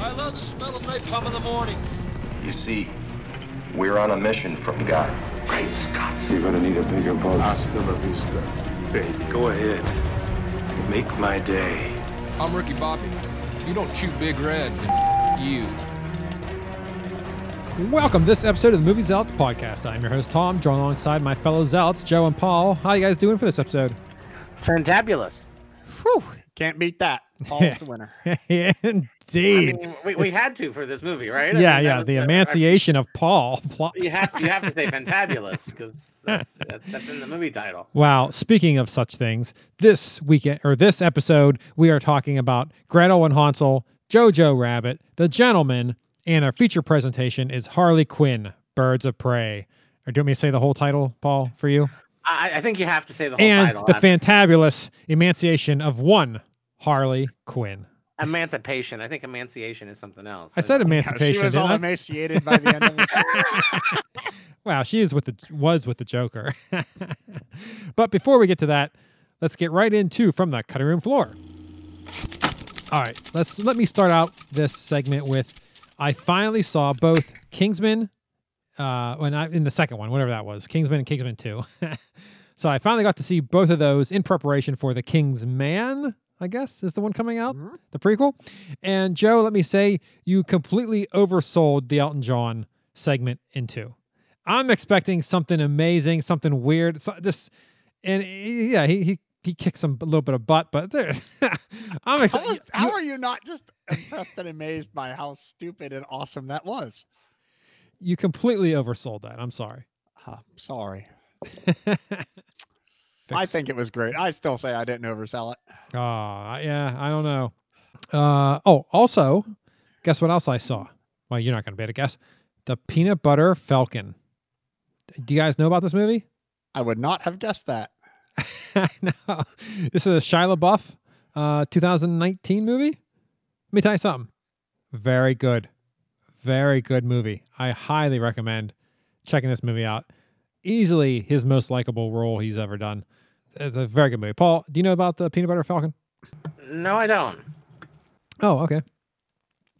I love the smell of napalm in the morning. You see, we're on a mission from God. Great Scott. You're gonna need a bigger boat. Hasta la vista, baby. Go ahead. Make my day. I'm Ricky Bobby. You don't chew big red, then f- you. Welcome to this episode of the Movie Zealots podcast. I'm your host Tom, joined alongside my fellow zealots Joe and Paul. How you guys doing for this episode? Fantabulous. Whew, can't beat that. Paul's the winner. Indeed. I mean, we, we had to for this movie, right? yeah, I mean, yeah. was- the I- I- emanciation of Paul. Pl- You have you have to say fantabulous because that's, that's, that's in the movie title. Wow. Speaking of such things, this weekend or this episode, we are talking about Gretel and Hansel, Jojo Rabbit, The Gentleman, and our feature presentation is Harley Quinn, Birds of Prey. Or do you want me to say the whole title, Paul, for you? I, I think you have to say the whole and title. the I- fantabulous emanciation of one Harley Quinn. emancipation. I think emanciation is something else. I said Oh, Yeah, emancipation. she was didn't all I? emaciated by the end of it. wow, she is with the was with the Joker. but before we get to that, let's get right into from the cutting room floor. All right, let's let me start out this segment with I finally saw both Kingsman uh when I in the second one, whatever that was, Kingsman and Kingsman 2. so I finally got to see both of those in preparation for The King's Man, I guess is the one coming out, Mhm. the prequel. And Joe, let me say you completely oversold the Elton John segment in 2. I'm expecting something amazing, something weird, so just and he- yeah, he he he kicks some a little bit of butt, but there, I'm How, was, excited. how are you not just impressed and amazed by how stupid and awesome that was? You completely oversold that. I'm sorry. Ah, sorry. I Fix- think it was great. I still say I didn't oversell it. Ah, yeah, I don't know. Uh, oh, also, guess what else I saw? Well, you're not going to be able to guess. The Peanut Butter Falcon. Do you guys know about this movie? I would not have guessed that. no. This is a Shia LaBeouf uh, 2019 movie. Let me tell you something. Very good. Very good movie. I highly recommend checking this movie out. Easily his most likable role he's ever done. It's a very good movie. Paul, do you know about the Peanut Butter Falcon? No, I don't. Oh, okay.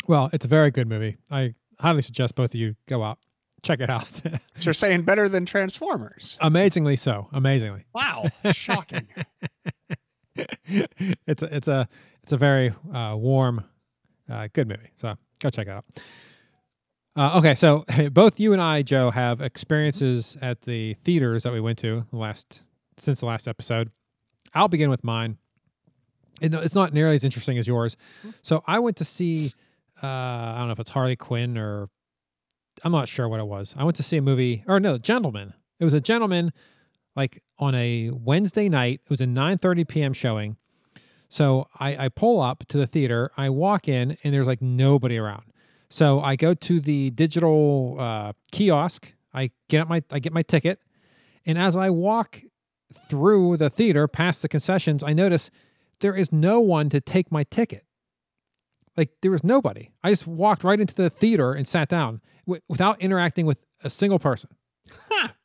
Well, it's a very good movie. I highly suggest both of you go out, check it out. So you're saying better than Transformers? Amazingly so. Amazingly. Wow, shocking. it's a, it's a it's a very uh, warm, uh, good movie. So go check it out. Uh, okay, so both you and I, Joe, have experiences at the theaters that we went to the last since the last episode. I'll begin with mine. It- it's not nearly as interesting as yours. So I went to see uh, I don't know if it's Harley Quinn or I'm not sure what it was. I went to see a movie or no, Gentleman. It was a gentleman like on a Wednesday night. It was a 9:30 p.m. showing. So I, I pull up to the theater. I walk in and there's like nobody around. So I go to the digital uh, kiosk. I get out my I get my ticket, and as I walk through the theater past the concessions, I notice there is no one to take my ticket. Like there was nobody. I just walked right into the theater and sat down w- without interacting with a single person.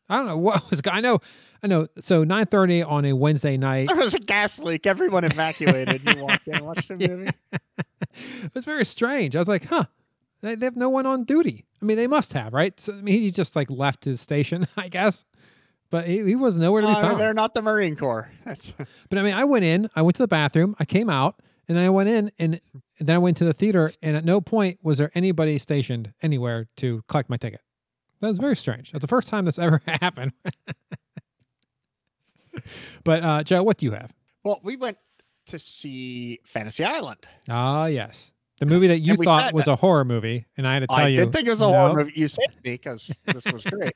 I don't know what was. go- I know, I know. So nine thirty on a Wednesday night. there was a gas leak. Everyone evacuated. You walked in and watched the movie. it was very strange. I was like, huh, they, they have no one on duty. I mean, they must have, right? So, I mean, he just like left his station, I guess. But he, he was nowhere to be Uh, found. they're not the Marine Corps. That's- But I mean, I went in, I went to the bathroom, I came out, and then I went in, and and then I went to the theater, and at no point was there anybody stationed anywhere to collect my ticket. That was very strange. That's the first time that's ever happened. but uh, Joe, what do you have? well, we went to see Fantasy Island. Ah, yes, the movie that you And we thought said was that- a horror movie, and I had to tell I you, did think it was a horror no. movie. You saved me because this was great.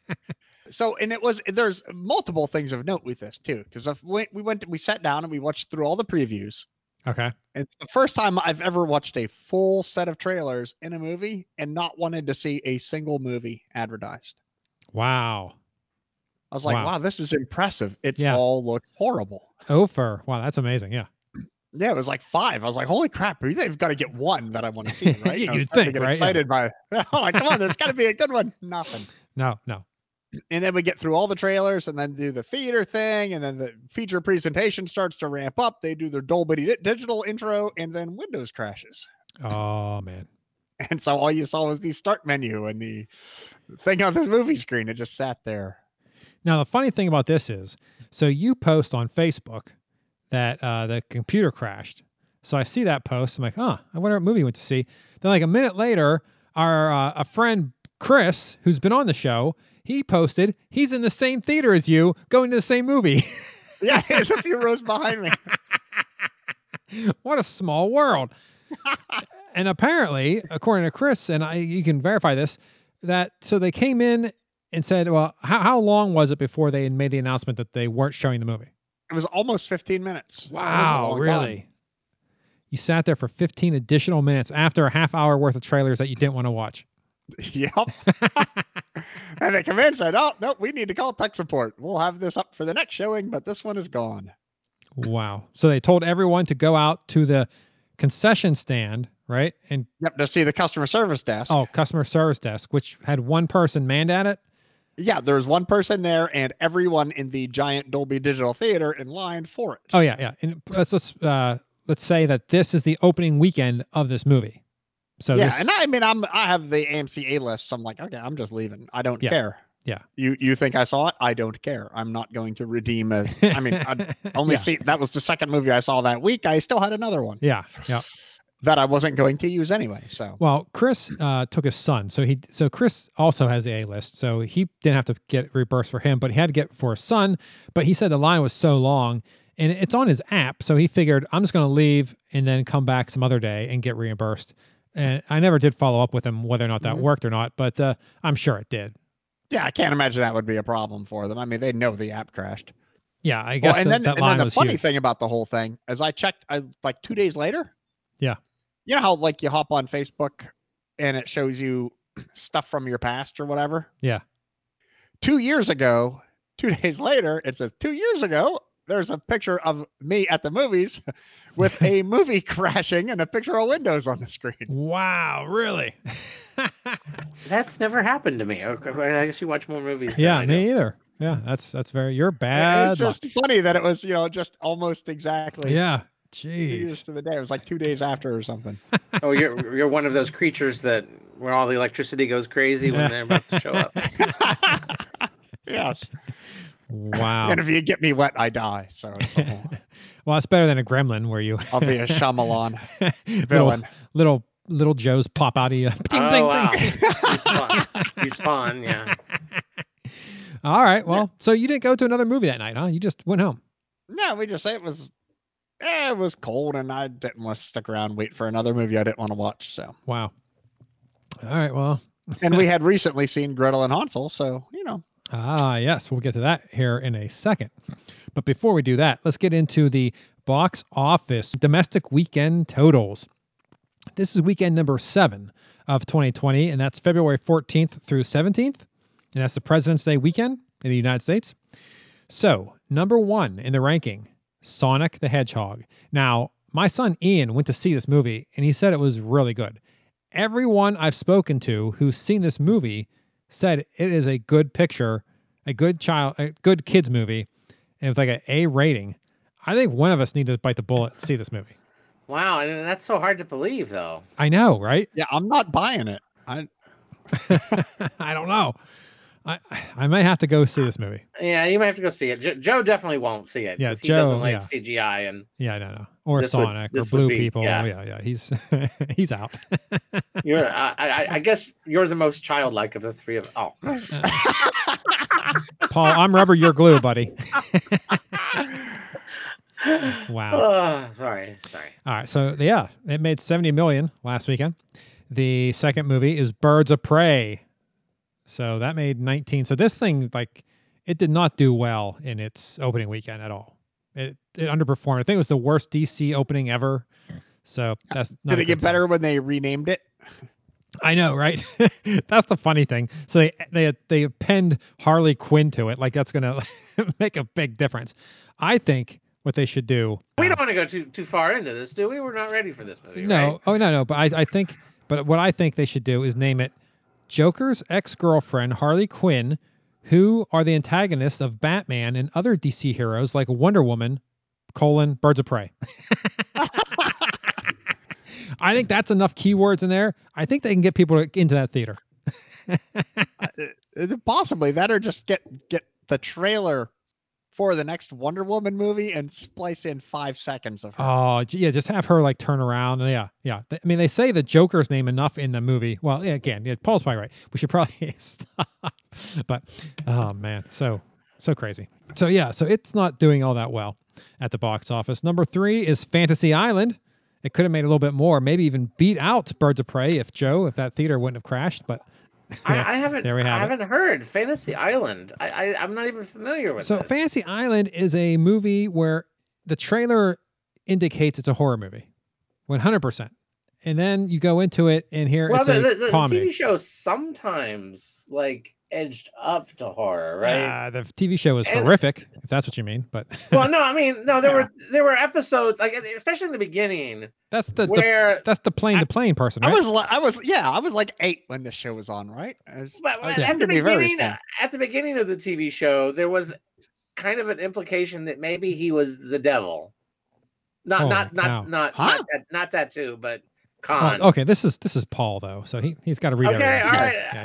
So, and it was there's multiple things of note with this too because we we went we sat down and we watched through all the previews. Okay, It's the first time I've ever watched a full set of trailers in a movie and not wanted to see a single movie advertised. wow, I was like, Wow. wow, this is impressive. It's Yeah. all looks horrible. Ofer, wow, that's amazing. Yeah, Yeah, it was like five. I was like, holy crap, they've got to get one that I want to see, right? Yeah, I was you'd think, starting to get right? Yeah. excited by I'm like, come on, there's gotta be a good one. Nothing. no, no, and then we get through all the trailers and then do the theater thing and then the feature presentation starts to ramp up they do their dolby Di- digital intro and then windows crashes oh man, and so all you saw was the start menu and the thing on the movie screen. It just sat there. Now the funny thing about this is, so you post on Facebook that uh, the computer crashed. So I see that post. I'm like, huh, I wonder what movie you went to see. Then like a minute later, our uh, a friend Chris, who's been on the show, he posted he's in the same theater as you, going to the same movie. Yeah, it's a few rows behind me. what a small world. and apparently, according to Chris, and I, you can verify this, that so they came in and said, well, how, how long was it before they made the announcement that they weren't showing the movie? It was almost 15 minutes. It was a Wow, long really? time. You sat there for 15 additional minutes after a half hour worth of trailers that you didn't want to watch. Yep. and they come in and said, oh, no, we need to call tech support. We'll have this up for the next showing, but this one is gone. Wow. So they told everyone to go out to the concession stand, right? And Yep, to see the customer service desk. oh, customer service desk, which had one person manned at it. Yeah, there was one person there and everyone in the giant Dolby Digital Theater in line for it. Oh yeah, yeah. And let's let's uh, let's say that this is the opening weekend of this movie. So yeah, this, and I mean, I'm I have the AMC A list. So I'm like, okay, I'm just leaving. I don't Yeah. care. Yeah. You you think I saw it? I don't care. I'm not going to redeem a. I mean, I only Yeah. see that was the second movie I saw that week. I still had another one yeah, yeah. that I wasn't going to use anyway. So Well, Chris uh, took his son, so he so Chris also has the A list, so he didn't have to get reimbursed for him, but he had to get for his son. But he said the line was so long, and it's on his app, so he figured I'm just going to leave and then come back some other day and get reimbursed. And I never did follow up with him whether or not that Mhm. worked or not, but uh, I'm sure it did. yeah, I can't imagine that would be a problem for them. I mean, they know the app crashed. Yeah, I Well, guess and that, then that and line then the was funny huge. thing about the whole thing is I checked I like two days later. Yeah. You know how like you hop on Facebook and it shows you stuff from your past or whatever? Yeah. Two years ago, two days later, it says two years ago, there's a picture of me at the movies with a movie crashing and a picture of Windows on the screen. Wow, really? That's never happened to me. Okay, well, I guess you watch more movies. than yeah, I me either. Yeah, that's that's very you're bad. It's luck. just funny that it was, you know, just almost exactly yeah. two Jeez. years to the day. It was like two days after or something. do. Oh, you're you're one of those creatures that when all the electricity goes crazy when they're about to show up. yes. Wow. And if you get me wet, I die. So it's a whole- Well, it's better than a gremlin where you I'll be a Shyamalan little, villain. little little Joes pop out of you. Ding, oh ding, wow! ding. you, spawn. you spawn. Yeah. All right. Well, so you didn't go to another movie that night, huh? You just went home. No, we just say it was. eh, it was cold, and I didn't want to stick around and wait for another movie I didn't want to watch. So, Wow. All right. Well, and we had recently seen Gretel and Hansel, so you know, ah, yes, we'll get to that here in a second. But before we do that, let's get into the box office domestic weekend totals. This is weekend number seven of 2020, and that's February 14th through 17th. And that's the President's Day weekend in the United States. So, number one in the ranking, Sonic the Hedgehog. Now, my son Ian went to see this movie, and he said it was really good. Everyone I've spoken to who's seen this movie said it is a good picture, a good child, a good kids movie, and with like an A rating. I think one of us need to bite the bullet and see this movie. Wow, and that's so hard to believe, though. I know, right? yeah, I'm not buying it. I I don't know. I I might have to go see this movie. Yeah, you might have to go see it. Jo- Joe definitely won't see it. Yeah, 'cause he Joe, doesn't yeah. like CGI, and Yeah, I don't know. Or This would- Sonic or this would Blue be- People. yeah. Yeah, yeah. He's he's out. you're. I, I, I guess you're the most childlike of the three of. Oh, Paul, I'm rubber, you're glue, buddy. wow. Ugh, sorry, sorry. All right. So yeah, it made 70 million last weekend. The second movie is Birds of Prey. So that made 19. So this thing like it did not do well in its opening weekend at all. It it underperformed. I think it was the worst DC opening ever. So that's not did a it good get sign. better when they renamed it? I know, right? that's the funny thing. So they they they append Harley Quinn to it, like that's gonna make a big difference. I think what they should do. We uh, don't want to go too too far into this, do we? We're not ready for this movie. no, right? oh no, no. But I I think, but what I think they should do is name it Joker's ex girlfriend Harley Quinn, who are the antagonists of Batman and other DC heroes like Wonder Woman, colon Birds of Prey. I think that's enough keywords in there. I think they can get people to- into that theater. Uh, Possibly that, or just get get the trailer for the next Wonder Woman movie and splice in five seconds of her. Oh, j- yeah, just have her like turn around. Yeah, yeah. Th- I mean, they say the Joker's name enough in the movie. Well, yeah, again, yeah, Paul's probably right. We should probably stop. But oh man, so so crazy. So yeah, so it's not doing all that well at the box office. Number three is Fantasy Island. It could have made a little bit more, maybe even beat out Birds of Prey if Joe, if that theater wouldn't have crashed. But I, I haven't. there we have I it. haven't heard Fantasy Island. I, I I'm not even familiar with. So this. Fantasy Island is a movie where the trailer indicates it's a horror movie, one hundred percent, and then you go into it and here Well, it's the, a the, the comedy. TV show sometimes like edged up to horror, right? Ah, the TV show is And- horrific, if that's what you mean. But well, no, I mean, no, there were there were episodes like especially in the beginning that's the, the where that's the plane to plane person, I right? was, li- I was, yeah, I was like eight when this show was on, right? I was- But I was at trying the to Oh, be very beginning, respectful. at the beginning of the TV show, there was kind of an implication that maybe he was the devil. Not Holy not cow. not not Huh? not, that, not tattoo, but Oh, con. okay, this is this is Paul though, so he he's got to read. Okay, everything. all Yeah, right.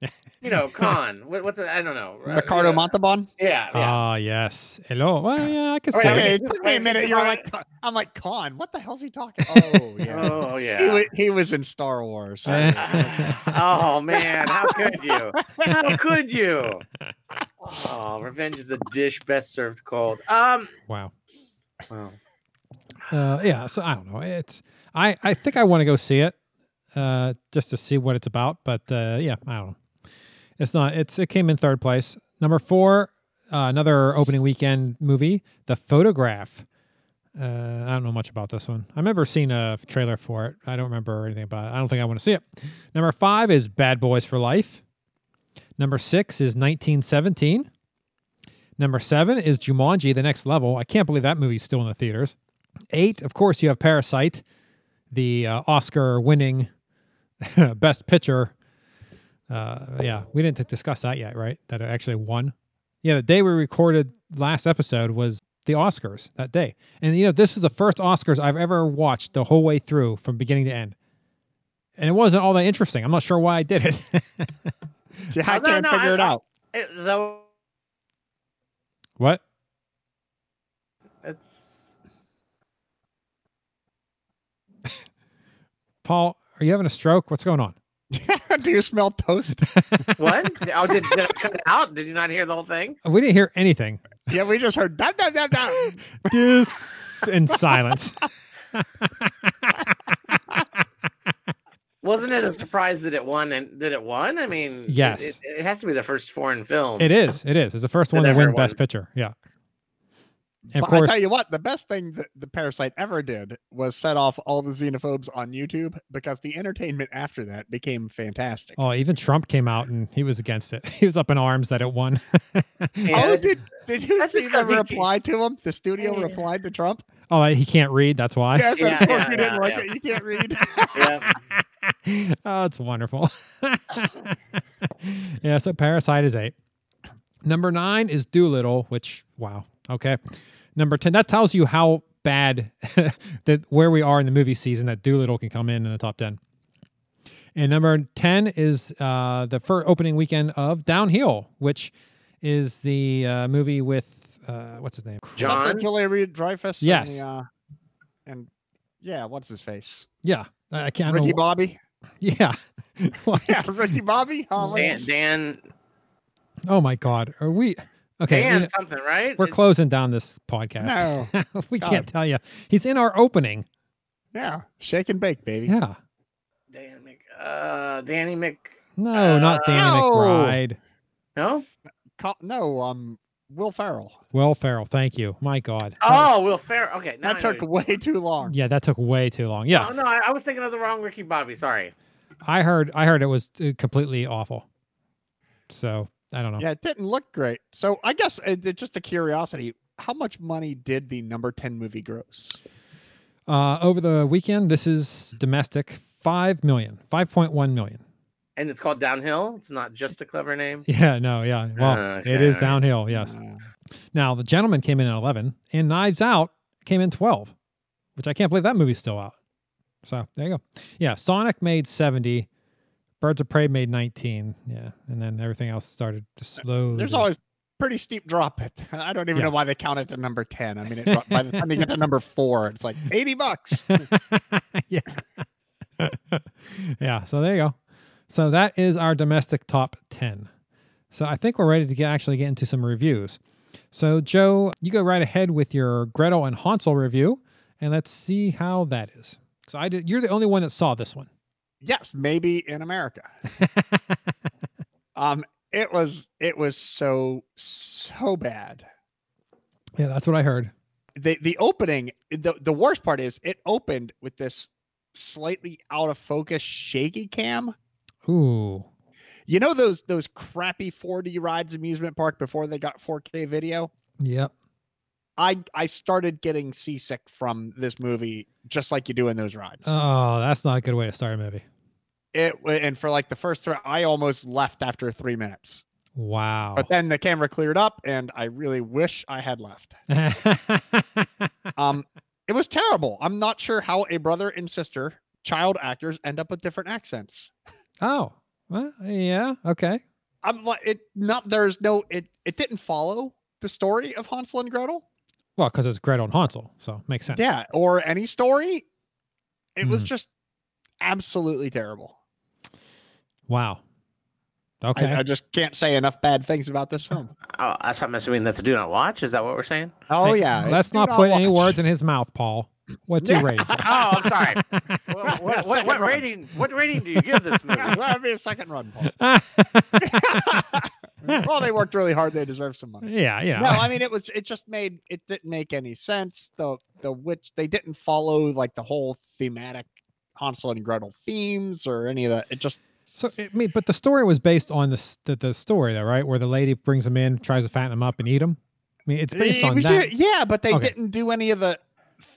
yeah. You know, con. What, what's it? I don't know. right? Ricardo yeah. Montalban. Yeah, yeah. Ah, yes. Hello. Well, yeah, I could All right, say. okay. Okay, it. it took me a minute. You're like, I'm like, Con, what the hell's he talking? Oh, yeah. Oh He, yeah. was, he was in Star Wars. Uh, Eh. oh man, how could you? How could you? Oh, revenge is a dish best served cold. Um, Wow. well, uh, yeah so i don't know it's i i think i want to go see it uh just to see what it's about but uh yeah i don't know it's not it's it came in third place number four uh, another opening weekend movie the photograph uh, I don't know much about this one. I remember seeing a trailer for it. I don't remember anything about it. I don't think I want to see it. Number five is Bad Boys for Life. Number six is 1917. Number seven is Jumanji: The Next Level. I can't believe that movie's still in the theaters eight, of course, you have Parasite, the uh, Oscar-winning Best Picture. Uh, yeah, we didn't discuss that yet, right? That it actually won. Yeah, the day we recorded last episode was the Oscars that day, and you know this was the first Oscars I've ever watched the whole way through from beginning to end, and it wasn't all that interesting. I'm not sure why I did it. See, Oh, I no, can't no, figure I- it out. it, though what? it's Paul, are you having a stroke? What's going on? Do you smell toast? what? Oh, did, did it cut out? Did you not hear the whole thing? We didn't hear anything. Yeah, we just heard dum, dum, dum, dum. Dis in silence. Wasn't it a surprise that it won? And that it won? I mean, it- Yes. it, it has to be the first foreign film. It is. It is. It's the first That one that win everyone- Best Picture. Yeah. And of But I course, tell you what, the best thing that the Parasite ever did was set off all the xenophobes on YouTube because the entertainment after that became fantastic. oh, even Trump came out and he was against it. He was up in arms that it won. Yeah, Oh, that's- did did you that's see just the 'cause he- reply to him? The studio Yeah. replied to Trump. oh, he can't read. That's why. Yes, Yeah, of course yeah, you didn't yeah, like yeah. it. You can't read. yeah. oh, it's wonderful. yeah. So Parasite is eight. Number nine is Doolittle, which wow. Okay. Number ten. That tells you how bad that where we are in the movie season that Doolittle can come in in the top ten. And number ten is uh, the first opening weekend of Downhill, which is the uh, movie with uh, what's his name? John. Julia Reed Dreyfus. Yes. And, the, uh, and yeah, what's his face? Yeah, I I can't. Ricky know- Bobby. Yeah. Yeah, Ricky Bobby. Oh, what's Dan, his- Dan, Oh my God, are we okay? you Dan, know- something, right? we're It's- closing down this podcast. No. we God. can't tell you. He's in our opening. Yeah, shake and bake, baby. Yeah. Dan Mc, uh, Danny Mc. No, not Danny Uh, No. McBride. No. Co- no, um, Will Ferrell. Will Ferrell. Thank you. My God. That- Oh, Will Ferrell. Okay, now That I know took way too long. yeah, that took way too long. Yeah, Oh no, I, I was thinking of the wrong Ricky Bobby. Sorry. I heard. I heard it was uh, completely awful. So I don't know. Yeah, it didn't look great. So I guess uh, th- just a curiosity, how much money did the number ten movie gross? Uh, over the weekend, this is domestic. Five million, five point one million. And it's called Downhill. It's not just a clever name. Yeah, no, yeah. Well, it Okay, is all right. downhill. Yes. Uh, Now, The Gentleman came in at 11, and Knives Out came in 12, which I can't believe that movie's still out. So there you go. Yeah, Sonic made 70. Birds of Prey made 19. Yeah, and then everything else started to slowly. There's always pretty steep drop. It. I don't even Yeah. know why they count it to number ten. I mean, it, by the time you get to number four, it's like eighty bucks. yeah. yeah. So there you go. So that is our domestic top 10. So I think we're ready to get actually get into some reviews. So Joe, you go right ahead with your Gretel and Hansel review, and let's see how that is. So I did. You're the only one that saw this one. Yes, maybe in America. um, it was it was so so bad. Yeah, that's what I heard. the the opening the the worst part is it opened with this slightly out of focus shaky cam Ooh. you know those those crappy 4d rides amusement park before they got 4k video Yep. i i started getting seasick from this movie just like you do in those rides Oh, that's not a good way to start a movie. it wa- and for like the first three i almost left after three minutes Wow. but then the camera cleared up and i really wish i had left um it was terrible i'm not sure how a brother and sister child actors end up with different accents oh. Well, yeah. Okay. I'm like it not there's no it it didn't follow the story of Hansel and Gretel. Well, because it's Gretel and Hansel, so makes sense. Yeah, or any story. It Hmm. was just absolutely terrible. Wow. Okay. I, I just can't say enough bad things about this film. Oh, that's what I'm assuming. That's a do not watch. Is that what we're saying? Oh Hey, yeah. Let's it's- do not put any watch. words in his mouth, Paul. What's your rating? Oh, I'm sorry. what, what, what, Second what run. rating? What rating do you give this movie? Yeah, That'd be a second run, Paul. well, they worked really hard. They deserve some money. yeah, you know. No, I mean it was it just made it didn't make any sense. The the witch they didn't follow like the whole thematic Hansel and Gretel themes or any of that. It just so I mean, but the story was based on this the, the story though, right? Where the lady brings him in, tries to fatten him up and eat him. I mean, it's based It on was that. your- yeah, but they Okay. didn't do any of the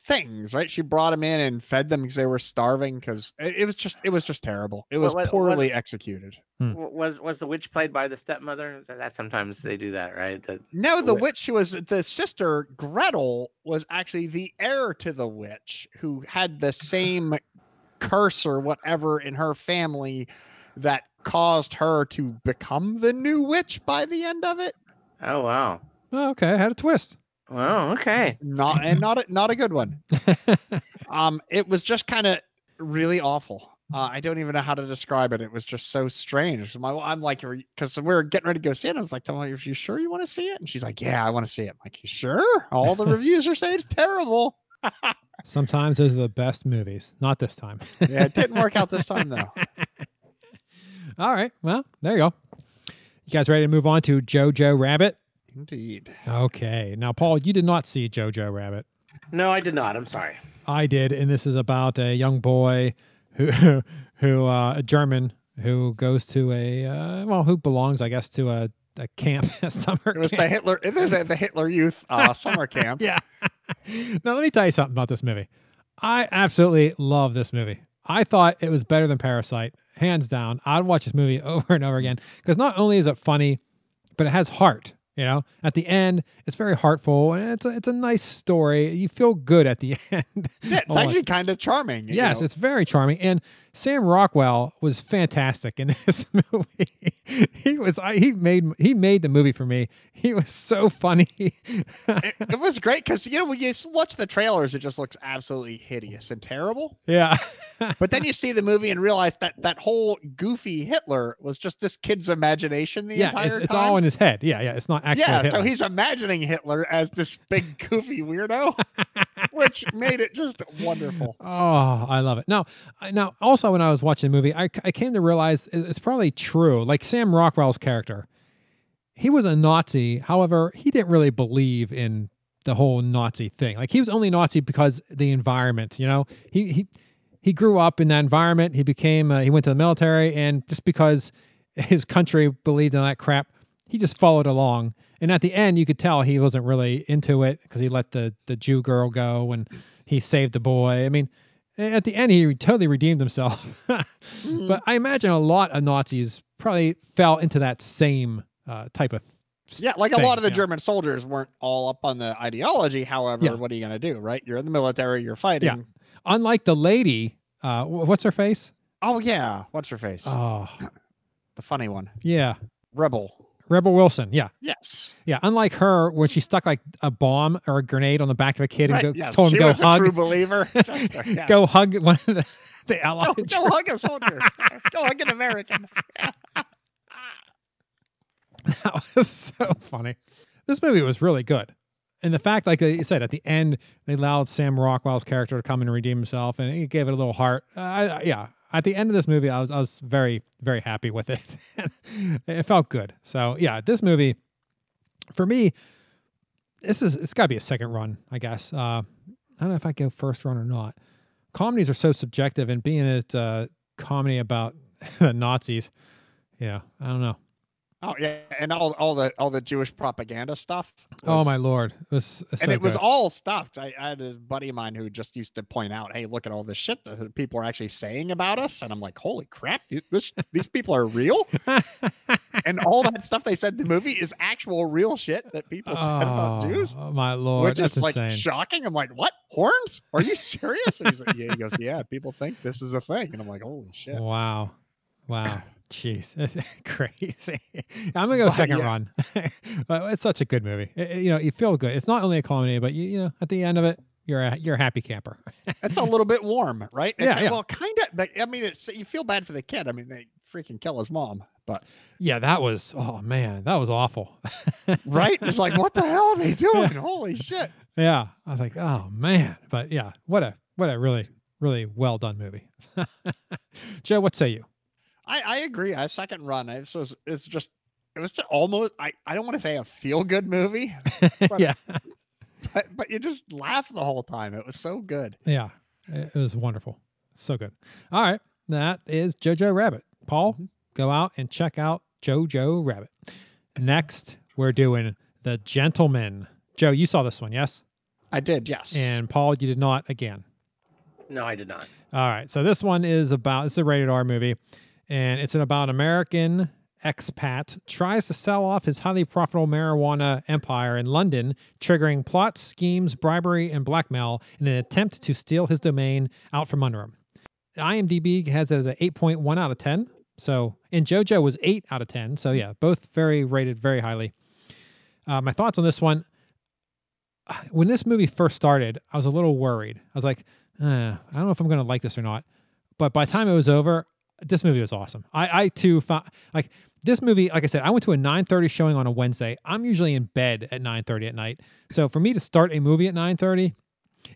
things, right? She brought them in and fed them because they were starving. Because it, it was just, it was just terrible. It was What- what- poorly executed. W- Was was the witch played by the stepmother? That, that sometimes they do that, right? That No, the Wh- witch who was the sister Gretel was actually the heir to the witch who had the same curse or whatever in her family that caused her to become the new witch by the end of it. oh wow, Oh, okay, I had a twist. oh okay. Not and not a, not a good one. um it was just kind of really awful uh, i don't even know how to describe it it was just so strange my i'm like because we are getting ready to go see it i was like telling her you sure you want to see it and she's like yeah i want to see it I'm like you sure all the reviews are saying it's terrible Sometimes those are the best movies. Not this time. yeah it didn't work out this time though All right. Well, there you go. You guys ready to move on to Jojo Rabbit? indeed Okay. Now, Paul, you did not see Jojo Rabbit. No, I did not. I'm sorry. I did, and this is about a young boy who who uh, a German who goes to a uh, well who belongs I guess to a, a camp a summer it was the camp. hitler it was at the hitler youth uh, summer camp yeah. now let me tell you something about this movie. I absolutely love this movie. I thought it was better than Parasite, hands down. I'd watch this movie over and over again because not only is it funny, but it has heart. You know, at the end, it's very heartful and it's a, it's a nice story. You feel good at the end. Yeah, it's Oh, actually kind of charming you Yes, know. it's very charming. And Sam Rockwell was fantastic in this movie. he was I, he made he made the movie for me. He was so funny. it, it was great because you know when you s- watch the trailers it just looks absolutely hideous and terrible yeah. But then you see the movie and realize that that whole goofy Hitler was just this kid's imagination the yeah, entire it's, time. it's all in his head. Yeah, yeah, it's not actually yeah, Hitler. so he's imagining Hitler as this big goofy weirdo, which made it just wonderful. Oh, I love it. Now, I- now, also when I was watching the movie, I, c- I came to realize it- it's probably true. Like Sam Rockwell's character, he was a Nazi. However, he didn't really believe in the whole Nazi thing. Like he was only Nazi because the environment. You know, he he he grew up in that environment. He became uh, he went to the military, and just because his country believed in that crap, he just followed along. And at the end, you could tell he wasn't really into it because he let the the Jew girl go and he saved the boy. I mean, a- at the end, he totally redeemed himself. But I imagine a lot of Nazis probably fell into that same uh, type of Yeah, like a lot of the Thing, yeah. German soldiers weren't all up on the ideology. However, Yeah. what are you going to do, right? You're in the military, you're fighting. unlike the lady Uh, wh- what's her face? Oh yeah, what's her face? Oh, the funny one, yeah, Rebel. Rebel Wilson. Yeah, Yes. yeah. Unlike her, when she stuck like a bomb or a grenade on the back of a kid Right, and go, yes. told him she to go was hug, a true believer. Just, uh, yeah. Oh, go hug one of the, the go, allies. go hug a soldier. go hug an American. That was so funny. This movie was really good. And the fact, like you said, at the end, they allowed Sam Rockwell's character to come and redeem himself, and it gave it a little heart. Uh, I, I- yeah, at the end of this movie, I was, I was very, very happy with it. it felt good. So, yeah, this movie, for me, this is, it's got to be a second run, I guess. Uh, I don't know if I go first run or not. Comedies are so subjective, and being it uh, comedy about Nazis, yeah, I don't know. Oh yeah, and all all the all the Jewish propaganda stuff. Oh was- my lord! This is and so it was good. all stuffed. I, I had a buddy of mine who just used to point out, "Hey, look at all this shit that people are actually saying about us," and I'm like, "Holy crap! These this, these people are real." and all that stuff they said in the movie is actual real shit that people said about Oh, Jews, oh my lord! which That's is like insane. shocking. I'm like, "What horns? Are you serious?" And he's like, yeah, he goes, "Yeah, people think this is a thing," and I'm like, "Holy shit!" Wow, wow, jeez, that's crazy. I'm gonna go But, second yeah. run. But it's such a good movie. It- it- you know, you feel good. It's not only a comedy, but you, you know, at the end of it, you're a you're a happy camper. It's a little bit warm, right? It's, Yeah, yeah. Well, kind of. But I mean, it's you feel bad for the kid. I mean, they freaking kill his mom, but yeah, that was. Oh man, that was awful. right? It's like, what the hell are they doing? Holy shit! yeah, I was like, oh man, but yeah, what a what a really really well done movie. Joe, what say you? I, I agree. A second run. This was it's just it was just almost I, I don't want to say a feel good movie, But- yeah, but but you just laugh the whole time. It was so good. Yeah, it it was wonderful. So good. All right, that is JoJo Rabbit. Paul, go out and check out JoJo Rabbit. Next, we're doing The Gentleman. Joe, you saw this one, yes? I did, yes. And Paul, you did not again. No, I did not. All right, so this one is about it's a rated R movie, and it's about American expat tries to sell off his highly profitable marijuana empire in London, triggering plots, schemes, bribery, and blackmail in an attempt to steal his domain out from under him. IMDb has it as an 8.1 out of 10. So, and JoJo was 8 out of 10. So, yeah, both very rated very highly. Uh, my thoughts on this one when this movie first started, I was a little worried. I was like, eh, I don't know if I'm going to like this or not. But by the time it was over, this movie was awesome. I, I too found like this movie. Like I said, I went to a 9:30 showing on a Wednesday. I'm usually in bed at 9:30 at night, so for me to start a movie at 9:30,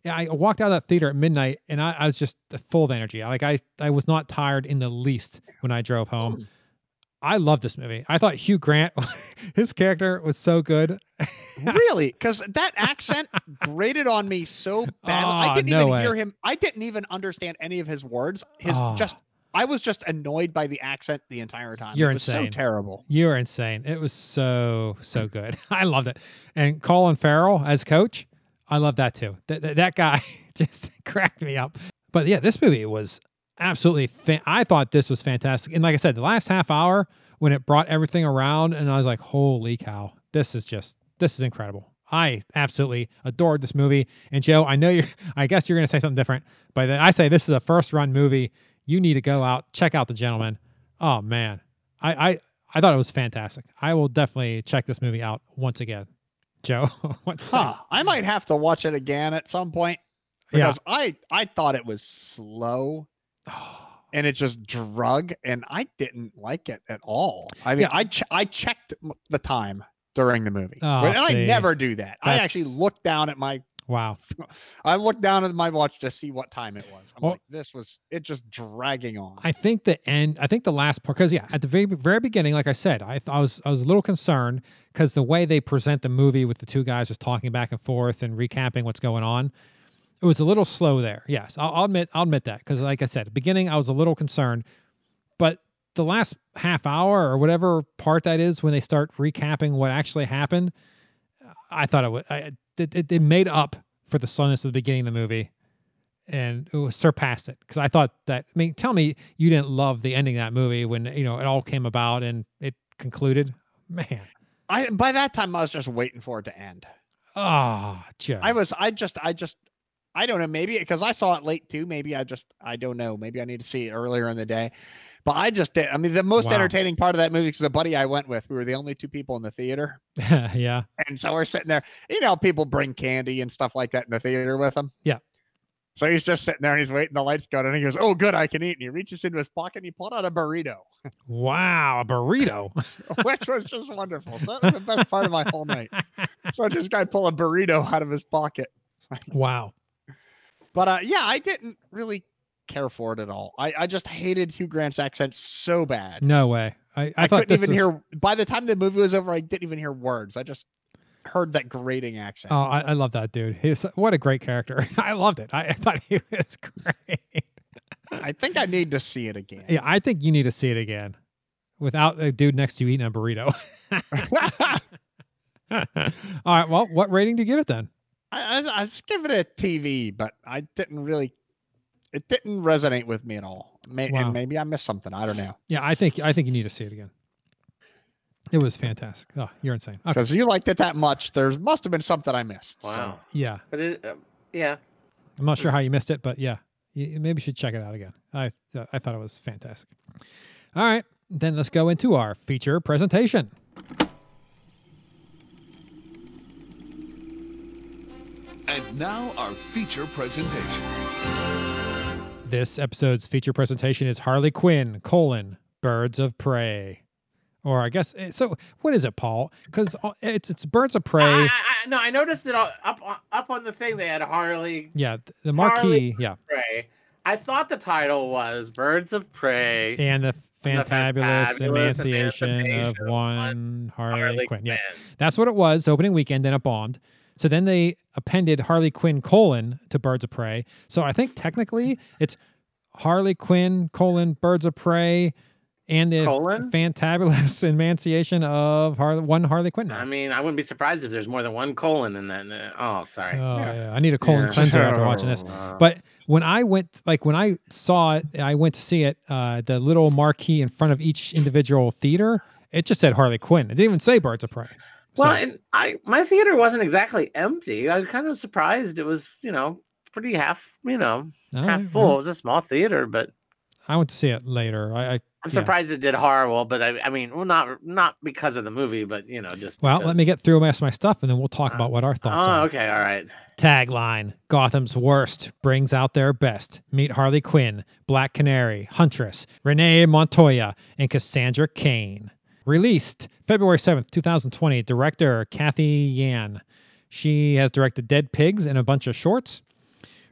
yeah, I walked out of that theater at midnight, and I, I was just full of energy. Like I, I was not tired in the least when I drove home. I love this movie. I thought Hugh Grant, his character was so good. really, because that accent grated on me so badly. Oh, I didn't no even way. hear him. I didn't even understand any of his words. His Oh. just I was just annoyed by the accent the entire time. You're it was insane. so terrible. You are insane. It was so so good. I loved it. And Colin Farrell as coach, I love that too. That that, that guy just cracked me up. But yeah, this movie was absolutely. Fan- I thought this was fantastic. And like I said, the last half hour when it brought everything around, and I was like, holy cow, this is just this is incredible. I absolutely adored this movie. And Joe, I know you're. I guess you're going to say something different, but I say this is a first run movie. You need to go out check out the gentleman. Oh man, I, I I thought it was fantastic. I will definitely check this movie out once again. Joe, what's Huh. I might have to watch it again at some point Yeah. because I I thought it was slow and it just drug and I didn't like it at all. I mean, Yeah. I ch- I checked m- the time during the movie. Oh, and I see. never do that. I actually That's- looked down at my Wow. I looked down at my watch to see what time it was. I'm Well- like this was it just dragging on. I think the end. I think the last part, because yeah, at the very very beginning, like I said, I, I was I was a little concerned because the way they present the movie with the two guys just talking back and forth and recapping what's going on, it was a little slow there. Yes, I'll, I'll admit I'll admit that because like I said, at the beginning I was a little concerned, but the last half hour or whatever part that is when they start recapping what actually happened, I thought it was I, it, it, it made up for the slowness of the beginning of the movie and it was surpassed it because I thought that. I mean, tell me you didn't love the ending of that movie when you know it all came about and it concluded. Man, I by that time I was just waiting for it to end. ah, Joe. I was I just I just I don't know. Maybe because I saw it late too. Maybe I just I don't know. Maybe I need to see it earlier in the day. But I just did. I mean, the most Wow. entertaining part of that movie is the buddy I went with. We were the only two people in the theater, yeah. and so we're sitting there. You know, people bring candy and stuff like that in the theater with them. Yeah. So he's just sitting there and he's waiting. The lights go down. And he goes, "Oh, good, I can eat." And he reaches into his pocket and he pulled out a burrito, Wow, a burrito. which was just wonderful. So that was the best part of my whole night. So this guy pull a burrito out of his pocket. wow. But uh, yeah, I didn't really care for it at all. I, I just hated Hugh Grant's accent so bad. No way. I, Mm, I, I, thought couldn't this even was- hear. By the time the movie was over, I didn't even hear words. I just heard that grating accent. Oh, I, I love that dude. He's what a great character. I loved it. I, I thought he was great. I think I need to see it again. Yeah, I think you need to see it again without a dude next to you eating a burrito. I, All right. Well, what rating do you give it then? I, I was giving it a TV, but I didn't really. It didn't resonate with me at all. May, Wow. And maybe I missed something. I don't know. Yeah, I think I think you need to see it again. It was fantastic. Oh, you're insane. Okay. Because you liked it that much, there must have been something I missed. so. Wow. Yeah, But it, um, yeah. I'm not sure how you missed it, but yeah, you, you maybe should check it out again. I I thought it was fantastic. All right, then let's go into our feature presentation. And now our feature presentation. This episode's feature presentation is Harley Quinn: colon Birds of Prey, or I guess eh, so. What is it, Paul? Because it's it's Birds of I, I, Prey. I- no, I noticed that all- up uh, up on the thing they had Harley Yeah, th- the marquee. Harley- Yeah, Prey. I thought the title was Birds of Prey. and the fantabulous Fantabulous emanciation Emancipation of of one Harley, Harley Quinn. Yes, Quinn. that's what it was. Opening weekend, then it bombed. So then they appended Harley Quinn colon to Birds of Prey. So I think technically it's Harley Quinn colon Birds of Prey and the Colon? fantabulous emanciation of Harley, one Harley Quinn. now. I mean, I wouldn't be surprised if there's more than one colon in that. uh, Oh, sorry. Uh, Oh, yeah. I need a colon Yeah. cleanser after watching this. But when I went, like when I saw it, I went to see it. Uh, the little marquee in front of each individual theater, it just said Harley Quinn. It didn't even say Birds of Prey. So, Well, and I my theater wasn't exactly empty. I was kind of surprised it was, you know, pretty half, you know, all right, all half right. full. It was a small theater, but I went to see it later. I, I I'm Yeah. surprised it did horrible. But I, I mean, well, not not because of the movie, but you know, just well, because- let me get through most of my stuff, and then we'll talk about what our Oh, thoughts are. okay, all right. Tagline Gotham's worst brings out their best. Meet Harley Quinn, Black Canary, Huntress, Renee Montoya, and Cassandra Kane. Released February 7th, 2020. Director Kathy Yan. She has directed Dead Pigs and a bunch of shorts.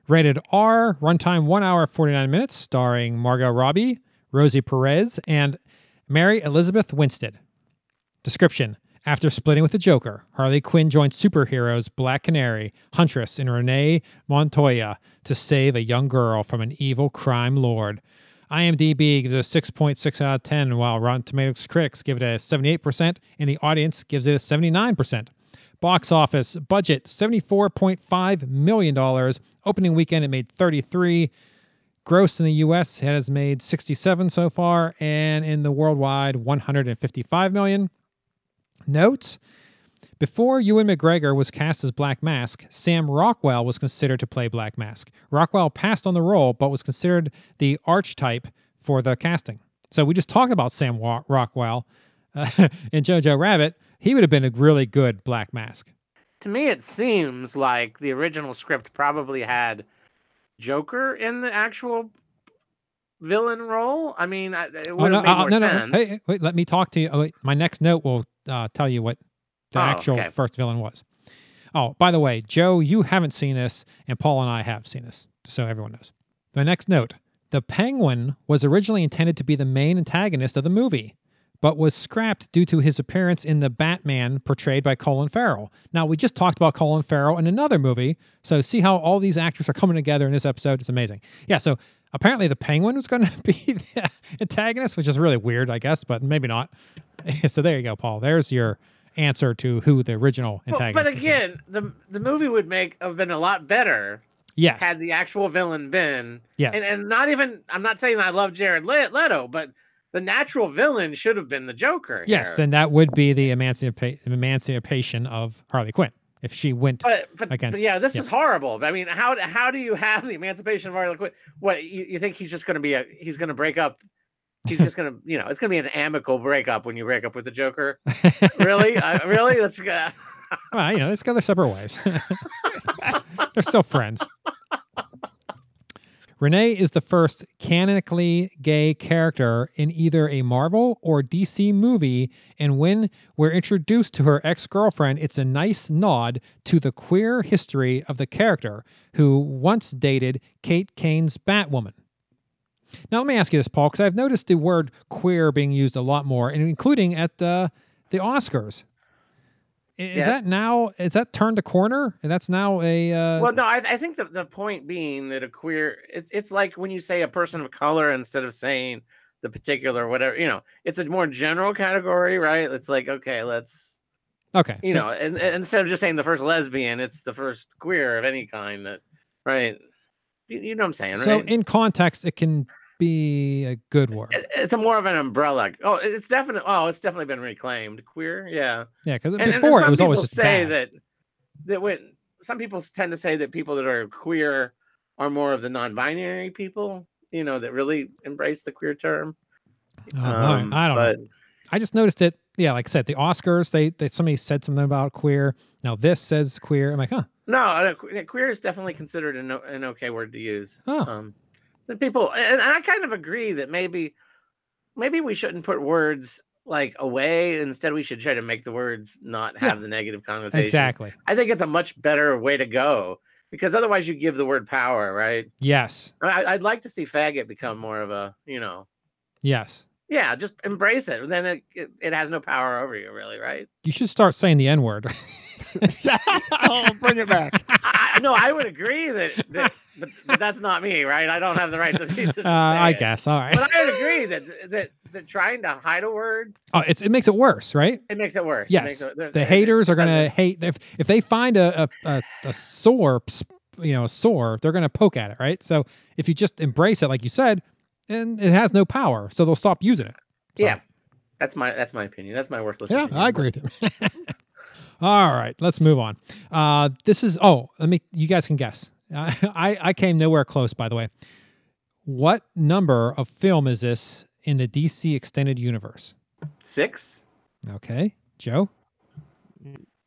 Rated R, runtime 1 hour 49 minutes, starring Margot Robbie, Rosie Perez, and Mary Elizabeth Winstead. Description After splitting with the Joker, Harley Quinn joins superheroes Black Canary, Huntress, and Renee Montoya to save a young girl from an evil crime lord. IMDb gives it a 6.6 out of 10, while Rotten Tomatoes critics give it a 78%, and the audience gives it a 79%. Box office budget $74.5 million. Opening weekend, it made 33 gross in the US it has made 67 so far and in the worldwide 155 million. Note, before Ewan McGregor was cast as Black Mask, Sam Rockwell was considered to play Black Mask. Rockwell passed on the role but was considered the archetype for the casting. So we just talked about Sam Wa- Rockwell uh, in Jojo Rabbit. He would have been a really good Black Mask. To me, it seems like the original script probably had Joker in the actual villain role. I mean, I, it would no, have made uh, more no, no, sense. Hey, wait, let me talk to you. Oh, wait, my next note will uh, tell you what the Oh, actual okay. first villain was. Oh, by the way, Joe, you haven't seen this, and Paul and I have seen this, so everyone knows. The next note The Penguin was originally intended to be the main antagonist of the movie, but was scrapped due to his appearance in The Batman portrayed by Colin Farrell. Now, we just talked about Colin Farrell in another movie, so see how all these actors are coming together in this episode? It's amazing. Yeah, so apparently the Penguin was going to be the antagonist, which is really weird, I guess, but maybe not. so there you go, Paul. There's your answer to who the original Well, antagonist but was. again, the the movie would make have been a lot better yes. had the actual villain been yes. and, and not even I'm not saying I love Jared Le- Leto, but the natural villain should have been the Joker. Yes, here. then that would be the emancipa- emancipation of Harley Quinn. if she went. But but, Against- but yeah, this yeah. is horrible. I mean, how how do you have the emancipation of Harley Quinn? What you, you think he's just going to be a he's going to break up? He's just going to you know it's going to be an amicable breakup when you break up with the Joker. really, I, really? That's uh, Well, you know, let's go their separate ways. They're still friends. Renee is the first canonically gay character in either a Marvel or DC movie, and when we're introduced to her ex girlfriend, it's a nice nod to the queer history of the character who once dated Kate Kane's Batwoman. Now, let me ask you this, Paul, because I've noticed the word queer being used a lot more, and including at the, the Oscars. I- Is Yeah. that now, is that turned a corner? And that's now a. Uh, well, no, I, I think the, the point being that a queer it's it's like when you say a person of color instead of saying the particular whatever you know it's a more general category, right? It's like okay, let's okay. you so- know, and, and instead of just saying the first lesbian, it's the first queer of any kind that, right? You, you know what I'm saying, So right? in context, it can be a good word. It- it's a more of an umbrella. Oh, it's definitely. Oh, it's definitely been reclaimed. Queer, yeah. Yeah, because And, and- and before it some was always people just say bad. that that when some people tend to say that people that are queer are more of the non-binary people. You know, that really embrace the queer term. Oh, all right. Um, I don't know. but, I just noticed it. Yeah, like I said, the Oscars, they, they somebody said something about queer. Now this says queer. I'm like, huh. No, uh, que- queer is definitely considered an, o- an okay word to use. Huh. Um, the people, and I kind of agree that maybe, maybe we shouldn't put words like away. Instead, we should try to make the words not have the negative connotation. Exactly. I think it's a much better way to go because otherwise you give the word power, right? Yes. I, I- I'd like to see faggot become more of a, you know, Yes. yeah, just embrace it. And then it, it, it has no power over you, really, right? You should start saying the N word. oh, bring it back. I, I- no, I would agree that, that but, but that's not me, right? I don't have the right to. to uh, I say it. guess. All right. But I would agree that that that trying to hide a word Oh, it's, it makes it worse, right? it makes it worse. It Yes. makes it- there's- The it- haters are it does gonna it. hate if if they find a a, a, a sore, sp- you know, a sore, they're gonna poke at it, right? So if you just embrace it, like you said, and it has no power, so they'll stop using it. So- Yeah, that's my that's my opinion. That's my worthless. Yeah, opinion. I agree with you. All right, let's move on. Uh, this is oh, let me. You guys can guess. I I, I came nowhere close, by the way. What number of film is this in the DC extended universe? Six. Okay, Joe.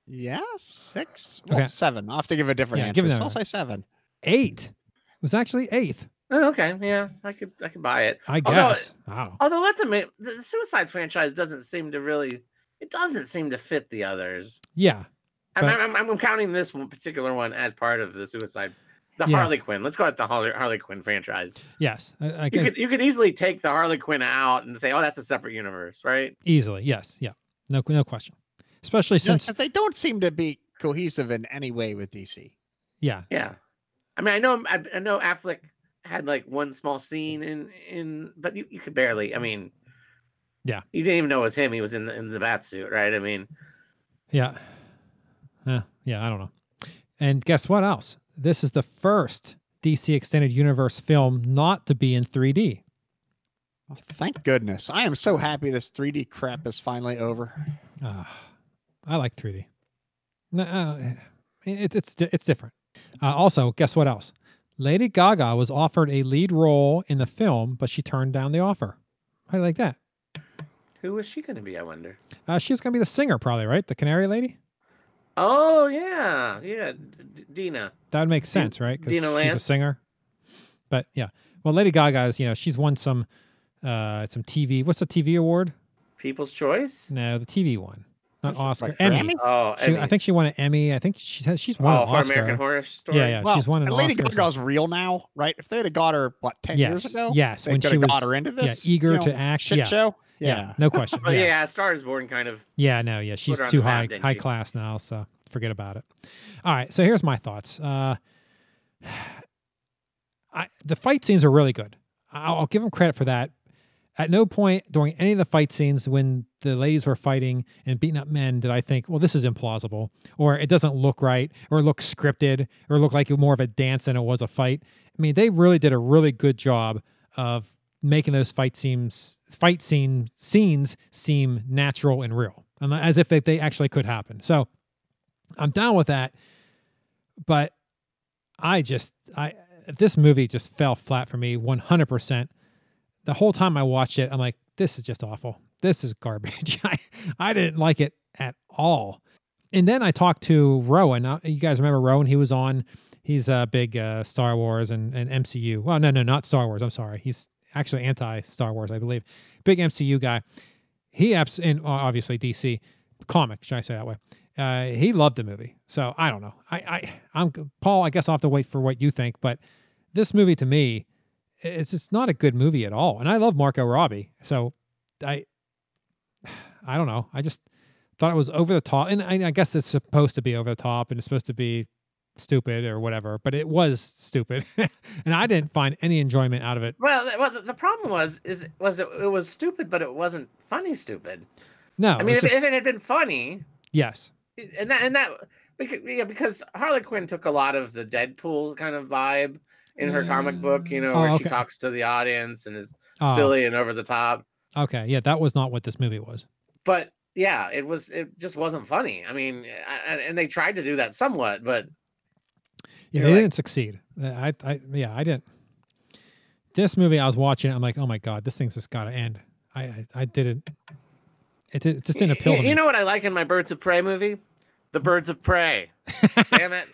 Yeah, six. Well, Okay. seven. I'll have to give a different Yeah, answer. give so another I'll one. say seven. Eight It was actually eighth. Oh, okay, yeah, I could I could buy it. I Although- guess. Wow. Although let's admit the Suicide franchise doesn't seem to really it doesn't seem to fit the others. Yeah. I'm, But- I'm, I'm counting this one particular one as part of the Suicide. The Yeah. Harley Quinn. Let's call it the Harley, Harley Quinn franchise. Yes. I, I You guess could you could easily take the Harley Quinn out and say, "Oh, that's a separate universe," right? easily. Yes. Yeah. No. No question. Especially since. Because they don't seem to be cohesive in any way with DC. Yeah. Yeah, I mean, I know, I, I know Affleck had like one small scene in in, but you, you could barely. I mean, Yeah. you didn't even know it was him. He was in the in the bat suit, right? I mean, Yeah. Yeah. yeah, I don't know. And guess what else? This is the first DC Extended Universe film not to be in 3D. Oh, thank goodness. I am so happy this 3D crap is finally over. Ah, I like 3D. No, uh, it, it's di- it's different. Uh, also, guess what else? Lady Gaga was offered a lead role in the film, but she turned down the offer. How do you like that? who was she going to be? I wonder. Uh, she was going to be the singer, probably, right? The Canary Lady? Oh yeah, yeah, D- D- Dina. That would make sense, right? 'Cause Dina she's a Lance? singer. But yeah, well, Lady Gaga is you know she's won some uh some TV. What's the TV award? People's Choice. No, the TV one, not What's it- Oscar. like, Emmy. Grammy? Oh, Mm. She, I think Emmys. she won an Emmy. I think she has, she's won Oh, an for Oscar. American Horror Story. yeah, yeah, she's won an and Lady Oscar. or something. Gaga's real now, right? If they would have got her what ten years Yes, ago, yes, they when could she have got was, her into yeah, this eager you know, to act, shit yeah. show. yeah. Yeah, no question. Well, yeah. Oh, yeah. yeah, Star is Born kind of. no, yeah, she's her on too the map, high didn't high she? class now, so forget about it. All right, so here's my thoughts. Uh, I, the fight scenes are really good. I'll, I'll give them credit for that. At no point during any of the fight scenes when the ladies were fighting and beating up men did I think, well, this is implausible, or it doesn't look right, or look scripted, or look like more of a dance than it was a fight. I mean, they really did a really good job of making those fight scenes, fight scene scenes seem natural and real, and as if they, they actually could happen. So I'm down with that, but I just I this movie just fell flat for me 100. percent The whole time I watched it, I'm like, this is just awful. This is garbage. I I didn't like it at all. And then I talked to Rowan. Uh, You guys remember Rowan? He was on. He's a big uh, Star Wars and, and MCU. Well, no, no, not Star Wars. I'm sorry. He's actually anti Star Wars, I believe. Big MCU guy. He abs- and uh, obviously DC comics. Should I say that way? Uh, he loved the movie. So I don't know. I, I, I'm Paul. I guess I'll have to wait for what you think. But this movie to me, i- it's just not a good movie at all. And I love Marco Robbie. So I, I don't know. I just thought it was over the top, and I, I guess it's supposed to be over the top, and it's supposed to be stupid or whatever. But it was stupid, and I didn't find any enjoyment out of it. Well, th- well, the- the problem was is was it, it was stupid, but it wasn't funny. Stupid. No, I mean, it's if, Oh, just, if it had been funny, yes, and that and that because, yeah, because Harley Quinn took a lot of the Deadpool kind of vibe in her comic book, you know, Oh, where okay. she talks to the audience and is Oh, silly and over the top. okay, yeah, that was not what this movie was. But yeah, it was it just wasn't funny. I mean, I- I- and they tried to do that somewhat, but Yeah, You're they like- didn't succeed. Uh, I, I, yeah, I didn't. This movie I was watching, I'm like, oh my god, this thing's just got to end. I, I, I didn't. It, did- it just didn't Y- appeal You, to me. know what I like in my Birds of Prey movie? The Birds of Prey. Damn it.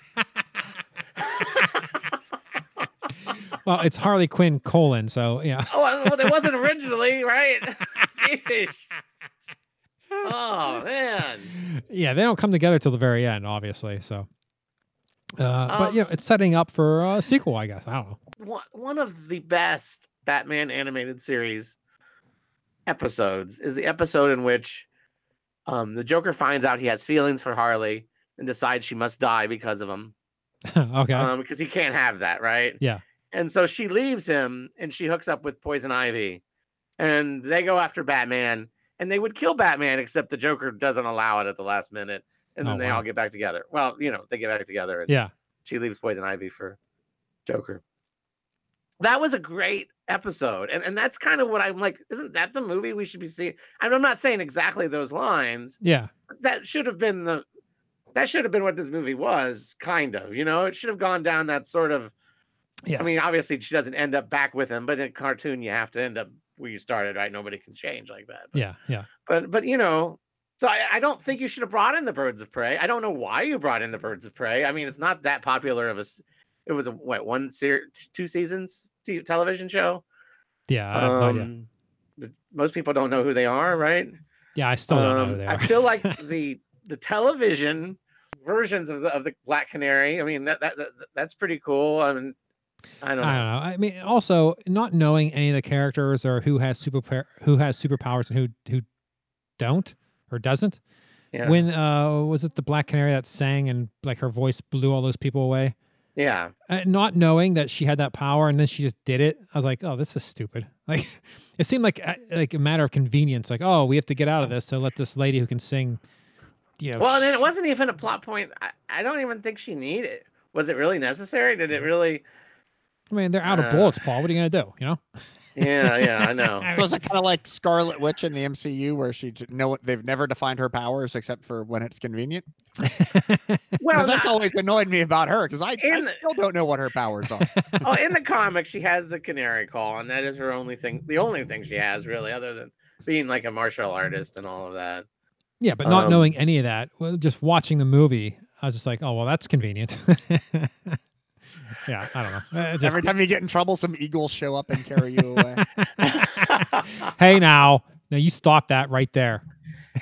well, it's Harley Quinn colon, so yeah. Oh, well, it wasn't originally, right? Jeez. Oh man. yeah, they don't come together till the very end, obviously. So, uh, but Um, you know, it's setting up for a sequel, I guess. I don't know. one one of the best Batman animated series episodes is the episode in which um, the Joker finds out he has feelings for Harley and decides she must die because of him, okay, um, because he can't have that, right? Yeah. And so she leaves him and she hooks up with Poison Ivy, and they go after Batman, and they would kill Batman except the Joker doesn't allow it at the last minute, and then Oh, they wow. all get back together. Well, you know, they get back together, and yeah, she leaves Poison Ivy for Joker. That was a great episode. And and that's kind of what I'm like, isn't that the movie we should be seeing? And I'm not saying exactly those lines. yeah, but That should have been the that should have been what this movie was, kind of, you know. It should have gone down that sort of yeah. I mean, obviously she doesn't end up back with him, but in cartoon you have to end up where you started, right? Nobody can change like that. But yeah, yeah. but, but, you know, so I, I don't think you should have brought in the birds of prey. I don't know why you brought in the birds of prey. I mean, it's not that popular of a. s- It was a what one series, two seasons t- television show. Yeah, I have no idea. Um, the, most people don't know who they are, right? Yeah, I still don't know who Um, they I are. feel like the the television versions of the of the Black Canary. I mean, that, that, that that's pretty cool. I mean, I don't know. I don't know. I mean, also not knowing any of the characters or who has super who has superpowers and who who don't or doesn't. Yeah. When uh, was it the Black Canary that sang and like her voice blew all those people away? yeah. uh, not knowing that she had that power and then she just did it i was like oh this is stupid like it seemed like uh, like a matter of convenience like oh we have to get out of this so let this lady who can sing you know Well, and then it sh- wasn't even a plot point. I, I don't even think she needed. Was it really necessary? Did it really? i mean they're out of uh, bullets paul what are you gonna do you know Yeah, yeah, I know. I mean, Was it kind of like Scarlet Witch in the MCU, where she j- no, they've never defined her powers except for when it's convenient? Well, Because that's always annoyed me about her, because I, I In- still don't know what her powers are. not- oh, in the comic, she has the canary call, and that is her only thing. The only thing she has, really, other than being like a martial artist and all of that. yeah but not um, knowing any of that well, just watching the movie i was just like oh well that's convenient yeah i don't know Uh, it's just- Every time you get in trouble, some eagles show up and carry you away. hey now now you stop that right there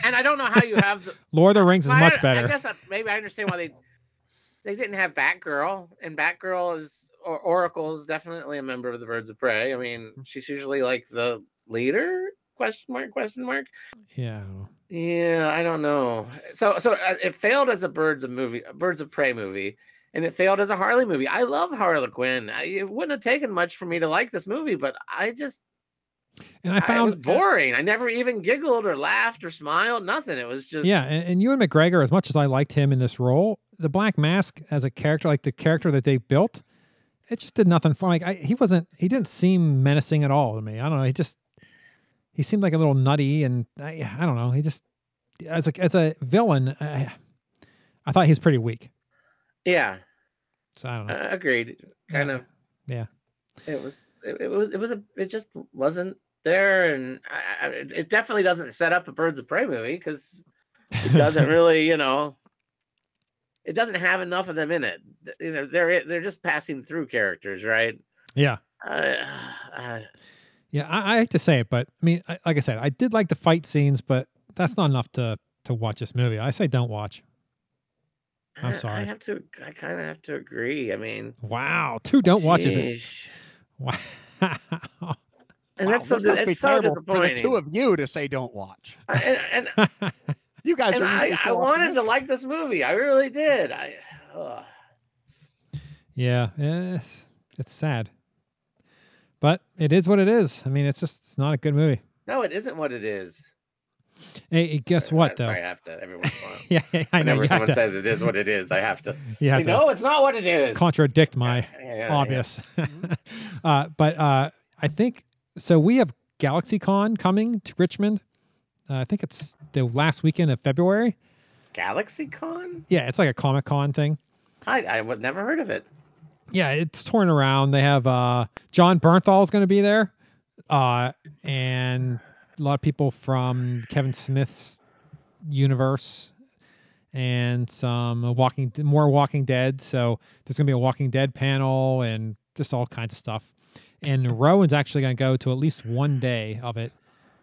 And I don't know how you have. The, lord of the rings is Well, I much don't- I better guess I, maybe I understand why they they didn't have Batgirl, and Batgirl is or Oracle is definitely a member of the Birds of Prey. I mean, Hmm. she's usually like the leader? Question mark? Question mark? yeah I don't know. Yeah, I don't know. So, so uh, it failed as a birds of movie, a birds of prey movie, and it failed as a Harley movie. I love Harley Quinn. I, it wouldn't have taken much for me to like this movie, but I just and i I it was found uh, boring. I never even giggled or laughed or smiled. Nothing. It was just Yeah, and, and Ewan McGregor, as much as I liked him in this role, the Black Mask as a character, like the character that they built, it just did nothing for like I, he wasn't he didn't seem menacing at all to me. I don't know. He just he seemed like a little nutty, and I I don't know. He just as a as a villain, I, I thought he was pretty weak. Yeah, So I don't know. uh, agreed. Kind of. Yeah. It was. It, it was. It was a. It just wasn't there, and I, I, it it definitely doesn't set up a Birds of Prey movie because it doesn't really, you know, it doesn't have enough of them in it. Th- You know, they're they're just passing through characters, right? yeah. Uh, uh, Yeah. I, I hate to say it, but I mean, I, like I said, I did like the fight scenes, but that's not enough to to watch this movie. I say don't watch. I'm I- I sorry. have to. I kind of have to agree. I mean, Wow. Two don't watches it. sheesh. Wow. And Wow, that's so. this must be It's so terrible for the disappointing. two of you to say don't watch. I- and- and You guys and are I, usually I so wanted to optimistic. like this movie. I really did. I ugh. yeah. It's, it's sad. But it is what it is. I mean, it's just it's not a good movie. no, it isn't what it is. Hey, hey, guess Uh, what I'm though? Sorry, I have to every once in a while. Yeah, I know. Whenever You have someone to, says it is what it is, I have to. you have See, to no, it's not what it is. contradict my Yeah, yeah, Mm-hmm. yeah. obvious. uh, but uh, I think so. We have GalaxyCon coming to Richmond. Uh, I think it's the last weekend of February. Galaxy Con? Yeah, it's like a Comic Con thing. I I would never heard of it. Yeah, it's torn around. They have uh, John Bernthal is going to be there, uh, and a lot of people from Kevin Smith's universe, and some Walking more Walking Dead. So there's going to be a Walking Dead panel and just all kinds of stuff. And Rowan's actually going to go to at least one day of it.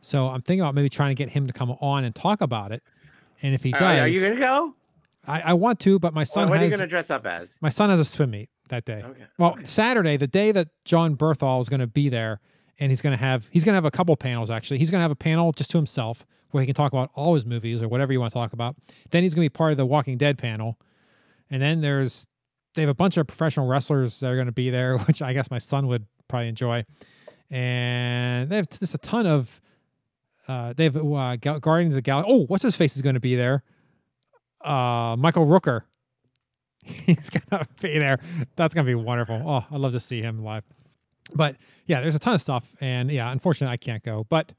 So I'm thinking about maybe trying to get him to come on and talk about it. And if he does, Are, are you gonna go? I, I want to, but my son What, what are you has gonna dress up as? my son has a swim meet that day. Okay. Well, Saturday, the day that John Berthall is going to be there, and he's going to have he's going to have a couple panels actually. He's going to have a panel just to himself where he can talk about all his movies or whatever you want to talk about. Then he's going to be part of the Walking Dead panel, and then there's they have a bunch of professional wrestlers that are going to be there, which I guess my son would probably enjoy. And they have just a ton of uh, they have uh, Gal- Guardians of the Galaxy. Oh, what's his face is going to be there? Uh, Michael Rooker. He's gonna be there. That's gonna be wonderful. Oh, I'd love to see him live. But yeah, there's a ton of stuff, and yeah, unfortunately, I can't go. But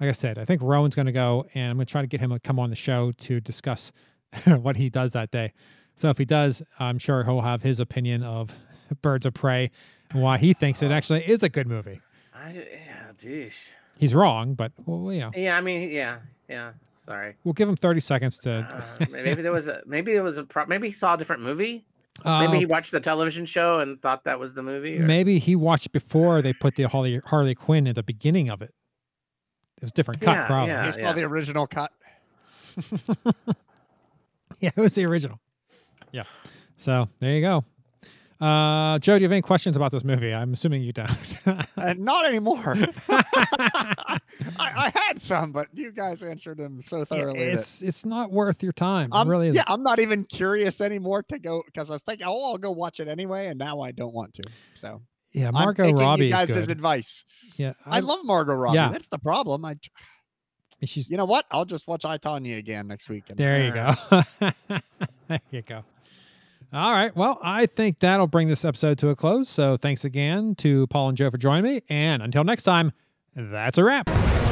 like I said, I think Rowan's gonna go, and I'm gonna try to get him to come on the show to discuss what he does that day. So if he does, I'm sure he'll have his opinion of Birds of Prey and why he thinks it actually is a good movie. I, yeah, geez. He's wrong, but well, you know, Yeah, I mean, yeah, yeah. Sorry. we'll give him 30 seconds to. Uh, maybe there was a maybe there was a pro- maybe he saw a different movie. Uh, Maybe he watched the television show and thought that was the movie. or- Maybe he watched before they put the Harley, Harley Quinn at the beginning of it. It was a different cut, Yeah, probably. yeah. Yeah. You saw the original cut. it was the original. Yeah. So there you go. Uh, Joe, do you have any questions about this movie? I'm assuming you don't. Uh, not anymore. I, I had some, but you guys answered them so thoroughly. that- it's it's not worth your time. I'm, it really isn't. Um, yeah, I'm not even curious anymore to go because I was thinking, oh, I'll go watch it anyway, and now I don't want to. So Yeah, I'm Margot taking Robbie you is guys' good. advice. yeah, I, love Margot Robbie. yeah. That's the problem. I, she's you know what? I'll just watch I Tonya again next week. And There you go. there you go. All right. Well, I think that'll bring this episode to a close. So thanks again to Paul and Joe for joining me. And until next time, that's a wrap.